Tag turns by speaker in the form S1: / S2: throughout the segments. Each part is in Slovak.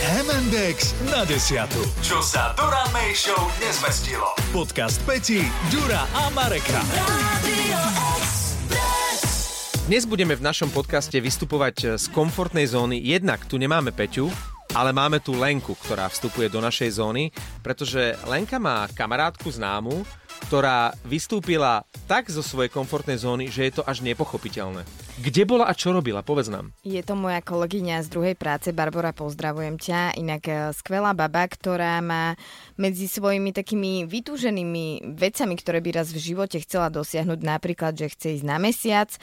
S1: M&X na desiatu. Čo sa Dura May Show nezmestilo. Podcast Peti, Dura a Mareka.
S2: Dnes budeme v našom podcaste vystupovať eh, z komfortnej zóny. Jednak tu nemáme Peťu, ale máme tu Lenku, ktorá vstupuje do našej zóny, pretože Lenka má kamarátku známu, ktorá vystúpila tak zo svojej komfortnej zóny, že je to až nepochopiteľné. Kde bola a čo robila? Povedz nám.
S3: Je to moja kolegyňa z druhej práce, Barbara, pozdravujem ťa. Inak e, skvelá baba, ktorá má medzi svojimi takými vytúženými vecami, ktoré by raz v živote chcela dosiahnuť, napríklad, že chce ísť na mesiac a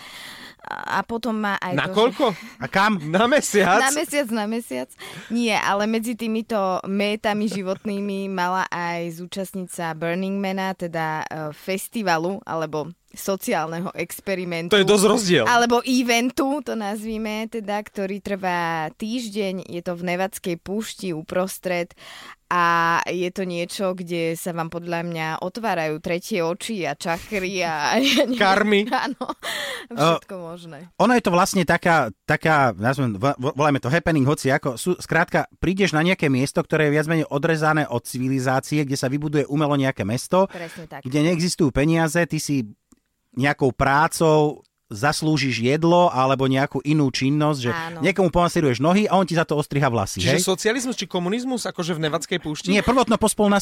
S3: a potom má aj...
S2: Na
S3: to, že-
S2: koľko?
S4: A kam?
S2: Na mesiac?
S3: Na mesiac, na mesiac. Nie, ale medzi týmito métami životnými mala aj zúčastnica Burning Mana, teda e, festivalu alebo sociálneho experimentu.
S2: To je dosť rozdiel.
S3: Alebo eventu, to nazvime, teda, ktorý trvá týždeň, je to v Nevadskej púšti uprostred a je to niečo, kde sa vám podľa mňa otvárajú tretie oči a čakry a... ja neviem.
S2: Karmy.
S3: Áno, všetko možné.
S4: Ono je to vlastne taká, taká nazvem, vo- vo- volajme to happening, hoci ako, sú, skrátka, prídeš na nejaké miesto, ktoré je viac menej odrezané od civilizácie, kde sa vybuduje umelo nejaké mesto,
S3: Presne tak.
S4: kde neexistujú peniaze, ty si nejakou prácou zaslúžiš jedlo alebo nejakú inú činnosť, že
S3: Áno.
S4: niekomu pomasíruješ nohy a on ti za to ostriha vlasy.
S2: Čiže
S4: hej?
S2: socializmus či komunizmus, akože v Nevadskej púšti?
S4: Nie, prvotno pospolná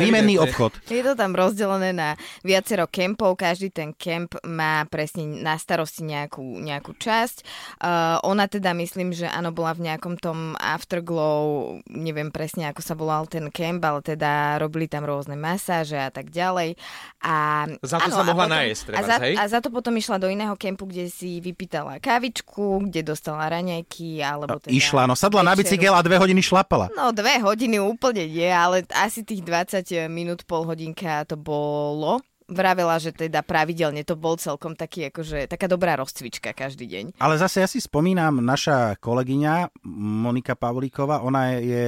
S2: A,
S4: výmenný
S2: evidentne.
S4: obchod.
S3: Je to tam rozdelené na viacero kempov, každý ten kemp má presne na starosti nejakú, nejakú časť. Uh, ona teda myslím, že áno, bola v nejakom tom afterglow, neviem presne ako sa volal ten kemp, ale teda robili tam rôzne masáže a tak ďalej. A,
S2: Za to
S3: áno,
S2: sa
S3: a
S2: mohla
S3: potom-
S2: najesť,
S3: a
S2: trebárs,
S3: za,
S2: hej?
S3: a za to potom išla do iného kempu, kde si vypýtala kávičku, kde dostala raňajky, alebo teda...
S4: Išla, no sadla na
S3: večeru.
S4: bicykel a dve hodiny šlapala.
S3: No dve hodiny úplne nie, ale asi tých 20 minút, pol hodinka to bolo. Vravela, že teda pravidelne to bol celkom taký, akože taká dobrá rozcvička každý deň.
S4: Ale zase ja si spomínam, naša kolegyňa Monika Pavlíková, ona je, je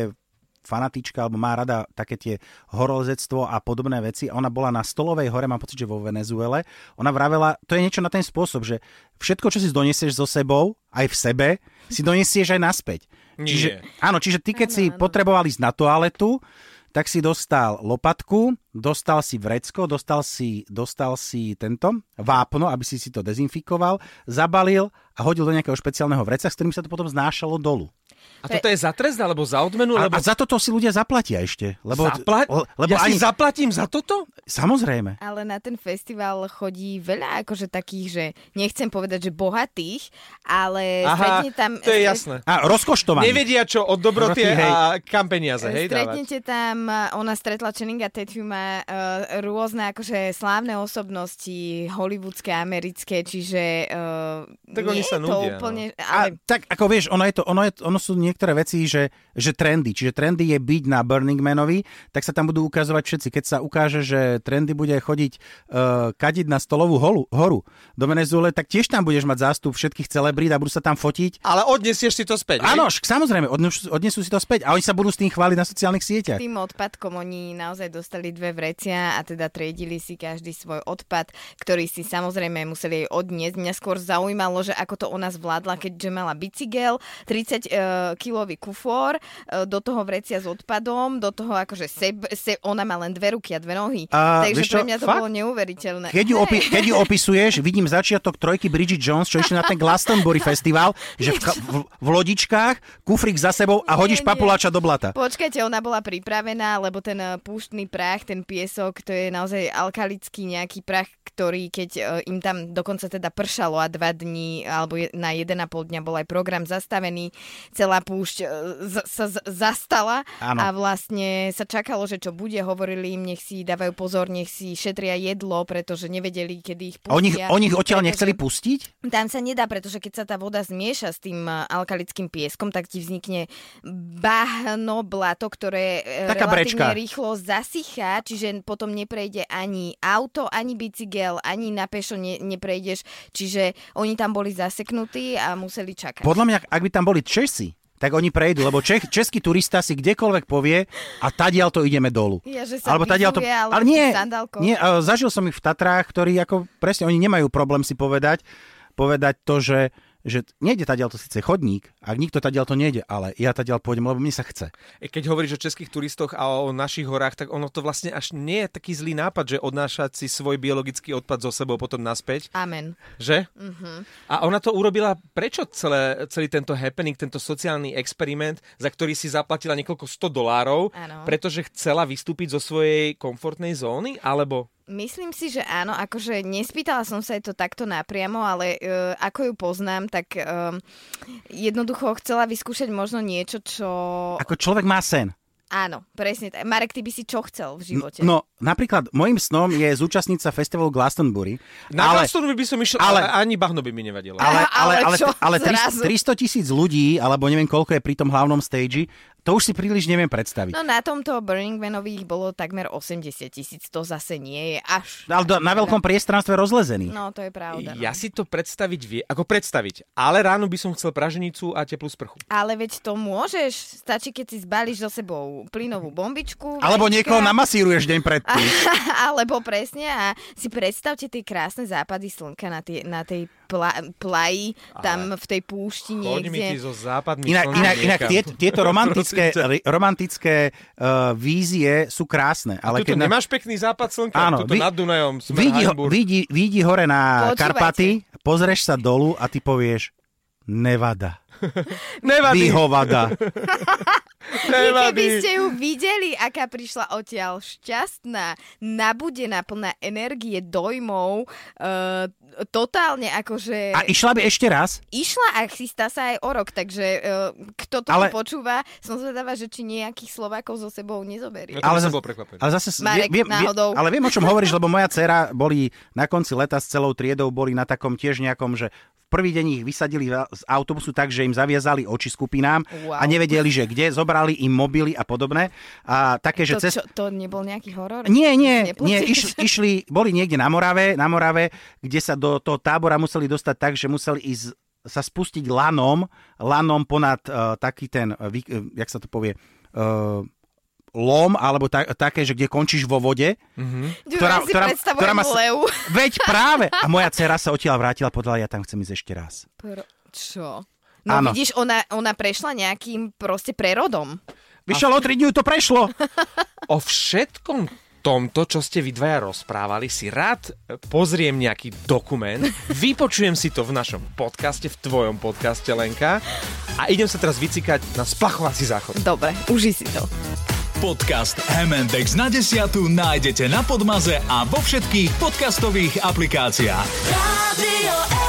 S4: fanatička, alebo má rada také tie horolezectvo a podobné veci. Ona bola na Stolovej hore, mám pocit, že vo Venezuele. Ona vravela, to je niečo na ten spôsob, že všetko, čo si donesieš so sebou, aj v sebe, si donesieš aj naspäť.
S2: Nie.
S4: Čiže, áno, čiže ty, keď
S3: Áno,
S4: si
S3: áno.
S4: potreboval ísť na toaletu, tak si dostal lopatku, dostal si vrecko, dostal si, dostal si tento vápno, aby si si to dezinfikoval, zabalil a hodil do nejakého špeciálneho vreca, s ktorým sa to potom znášalo dolu.
S2: A toto je za trest alebo za odmenu?
S4: A,
S2: Alebo
S4: a za toto si ľudia zaplatia ešte. Lebo,
S2: Zapla-
S4: lebo
S2: ja si
S4: ani,
S2: zaplatím za toto?
S4: Samozrejme.
S3: Ale na ten festival chodí veľa akože takých, že nechcem povedať, že bohatých, ale stretne tam...
S2: to je jasné.
S4: A rozkoštovaný.
S2: Nevedia čo od dobroty
S4: Hej.
S2: a kam peniaze, hej, dávať.
S3: Stretnete tam, eh, ona stretla Channinga Tatuma, e, rôzne akože slávne osobnosti, hollywoodské, americké, čiže e,
S2: Tak oni
S3: nie
S2: sa
S3: je to
S2: nudia, no.
S3: úplne...
S4: A
S3: Ale
S4: tak ako vieš, ono, je to, ono, je, ono sú niektoré veci, že, že trendy. Čiže trendy je byť na Burning Manovi, tak sa tam budú ukazovať všetci. Keď sa ukáže, že trendy bude chodiť uh, kadiť na stolovú holu, horu do Venezuele, tak tiež tam budeš mať zástup všetkých celebrít a budú sa tam fotiť.
S2: Ale odnesieš si to späť. hej?
S4: Áno, však samozrejme, odnesú, odnesú si to späť a oni sa budú s tým chváliť na sociálnych sieťach.
S3: tým odpadkom oni naozaj dostali dve vrecia a teda triedili si každý svoj odpad, ktorý si samozrejme museli aj odniesť. Mňa skôr zaujímalo, že ako to ona zvládla, keďže mala bicykel, 30-kilový kufor, e, do toho vrecia s odpadom, do toho akože seb, se, ona má len dve ruky a dve nohy.
S4: A
S3: Takže
S4: vieš
S3: pre
S4: čo,
S3: mňa to
S4: fakt?
S3: bolo neuveriteľné.
S4: Keď ju, opi- keď ju opisuješ, vidím začiatok trojky Bridget Jones, čo išli na ten Glastonbury festival, že v, ka- v, v lodičkách, kufrík za sebou a hodíš
S3: Nie, nie.
S4: papuláča do blata.
S3: Počkajte, ona bola pripravená, lebo ten e, púštny prach, ten piesok, to je naozaj alkalický nejaký prach, ktorý keď e, im tam dokonca teda pršalo a dva dní, alebo je, na jeden a pol dňa bol aj program zastavený, celá púšť e, z, sa z, zastala
S4: Áno.
S3: a vlastne sa čakalo, že čo bude, hovorili im, nech si dávajú pozor, nech si šetria jedlo, pretože nevedeli, kedy ich pustia.
S4: A oni, oni ich odtiaľ
S3: Pretože-
S4: nechceli pustiť?
S3: tam sa nedá, pretože keď sa tá voda zmieša s tým e, alkalickým pieskom, tak ti vznikne bahno blato, ktoré e,
S4: Taká
S3: relatívne
S4: brečka.
S3: rýchlo zasychá, čiže potom neprejde ani auto, ani bicykel, ani na pešo ne, neprejdeš. Čiže oni tam boli zaseknutí a museli čakať.
S4: Podľa mňa, ak by tam boli Česi, tak oni prejdú, lebo Čech, český turista si kdekoľvek povie a tadiaľ to ideme dolu.
S3: Ja, že sa
S4: tadiaľ
S3: bicuje, ale v
S4: nie,
S3: tých sandálkoch.
S4: nie, e, ale zažil som ich v Tatrách, ktorí ako presne, oni nemajú problém si povedať, povedať to, že že nejde tadiaľ to síce chodník, ak nikto tadiaľ to nejde, ale ja tadiaľ pôjdem, lebo mne sa chce.
S2: E, Keď hovoríš o českých turistoch a o našich horách, tak ono to vlastne až nie je taký zlý nápad, že odnášať si svoj biologický odpad zo sebou potom naspäť.
S3: Amen.
S2: Že? Mm-hmm.
S3: Mhm.
S2: A ona to urobila, prečo celé, celý tento happening, tento sociálny experiment, za ktorý si zaplatila niekoľko 100 dolárov,
S3: Áno.
S2: pretože chcela vystúpiť zo svojej komfortnej zóny, alebo...
S3: Myslím si, že áno, akože nespýtala som sa jej to takto napriamo, ale e, ako ju poznám, tak e, jednoducho chcela vyskúšať možno niečo, čo...
S4: Ako človek má sen.
S3: Áno, presne. tak. Marek, ty by si čo chcel v živote?
S4: No, napríklad, môjim snom je zúčastniť sa festivalu Glastonbury.
S2: Na
S4: ale,
S2: ale, by som išiel, ale,
S4: ale-
S2: ani bahno by mi nevadilo.
S4: ale, ale,
S3: Ale
S4: ale,
S3: čo?
S4: ale,
S3: Zrazu.
S4: 300 tisíc ľudí, alebo neviem koľko je pri tom hlavnom stage, to už si príliš neviem predstaviť.
S3: No na tomto Burning Manovi ich bolo takmer 80 tisíc, to zase nie je až...
S4: Ale do- na veľkom priestranstve rozlezený.
S3: No, to je pravda. No.
S2: Ja si to predstaviť vie, ako predstaviť, ale ráno by som chcel praženicu a teplú sprchu.
S3: Ale veď to môžeš, stačí keď si zbalíš so sebou plynovú bombičku.
S4: No, Alebo
S3: vajíčka.
S4: niekoho namasíruješ deň predtým.
S3: Alebo presne a si predstavte tie krásne západy slnka na, tie, na tej pla, plaji, tam v tej púšti
S2: Choď mi ty
S3: niekde.
S2: so západmi
S4: Inak,
S2: slnka
S4: inak, inak
S2: niekam.
S4: tie, tieto romantické,
S2: Prosím ťa.
S4: ri- romantické uh, vízie sú krásne. Ale
S2: Tuto
S4: keď na-
S2: nemáš pekný západ slnka,
S4: Áno,
S2: tuto
S4: vy-
S2: nad Dunajom, smer
S4: vidí, ho-
S2: Hamburg.
S4: vidí, vidí hore na
S3: Počúvajte.
S4: Karpaty, pozrieš sa dolu a ty povieš Nevada.
S2: Nevadí,
S4: Vyhovada.
S3: Vy
S2: nevadí.
S3: keby ste ju videli, aká prišla odtiaľ šťastná, nabudená, plná energie, dojmov, e, totálne akože...
S4: A išla by ešte raz?
S3: Išla a chystá sa aj o rok, takže e, kto to
S4: Ale-
S3: počúva, som zvedáva, že či nejakých Slovákov so sebou nezoberie.
S2: Ale
S4: zas-
S2: No som bol prekvapený.
S4: Ale zase,
S3: Marek,
S4: vie- vie- vie-
S3: náhodou.
S4: ale viem, o čom hovoríš, lebo moja dcera boli na konci leta s celou triedou, boli na takom tiež nejakom, že v prvý deň ich vysadili va- z autobusu tak, že im zaviazali oči skupinám
S3: Wow.
S4: a nevedeli, že kde, zobrali im mobily a podobné. A také, že
S3: To,
S4: cez...
S3: čo, to nebol nejaký horor?
S4: Nie, nie,
S3: Neplatí?
S4: nie išli, išli, boli niekde na Morave, na Morave, kde sa do toho tábora museli dostať tak, že museli ísť sa spustiť lanom, lanom ponad uh, taký ten, uh, vy, uh, jak sa to povie, uh, lom, alebo ta, také, že kde končíš vo vode.
S3: Ďuro,
S4: ktorá-
S3: Mhm. si
S4: ktorá-
S3: predstavujem
S4: ktorá ma sa-
S3: leu.
S4: Veď práve! A moja dcera sa odtiaľ vrátila, podľa ja tam chcem ísť ešte raz.
S3: Pro- Čo? No
S4: Áno.
S3: vidíš, ona, ona prešla nejakým proste prerodom.
S4: Vyšlo o 3 dní, to prešlo.
S2: O všetkom tomto, čo ste vy dvaja rozprávali, si rád eh, pozriem nejaký dokument, vypočujem si to v našom podcaste, v tvojom podcaste, Lenka, a idem sa teraz vycikať na splachovací záchod.
S3: Dobre, uži si to.
S1: Podcast Hemendex na desiatu nájdete na Podmaze a vo všetkých podcastových aplikáciách.
S5: Radio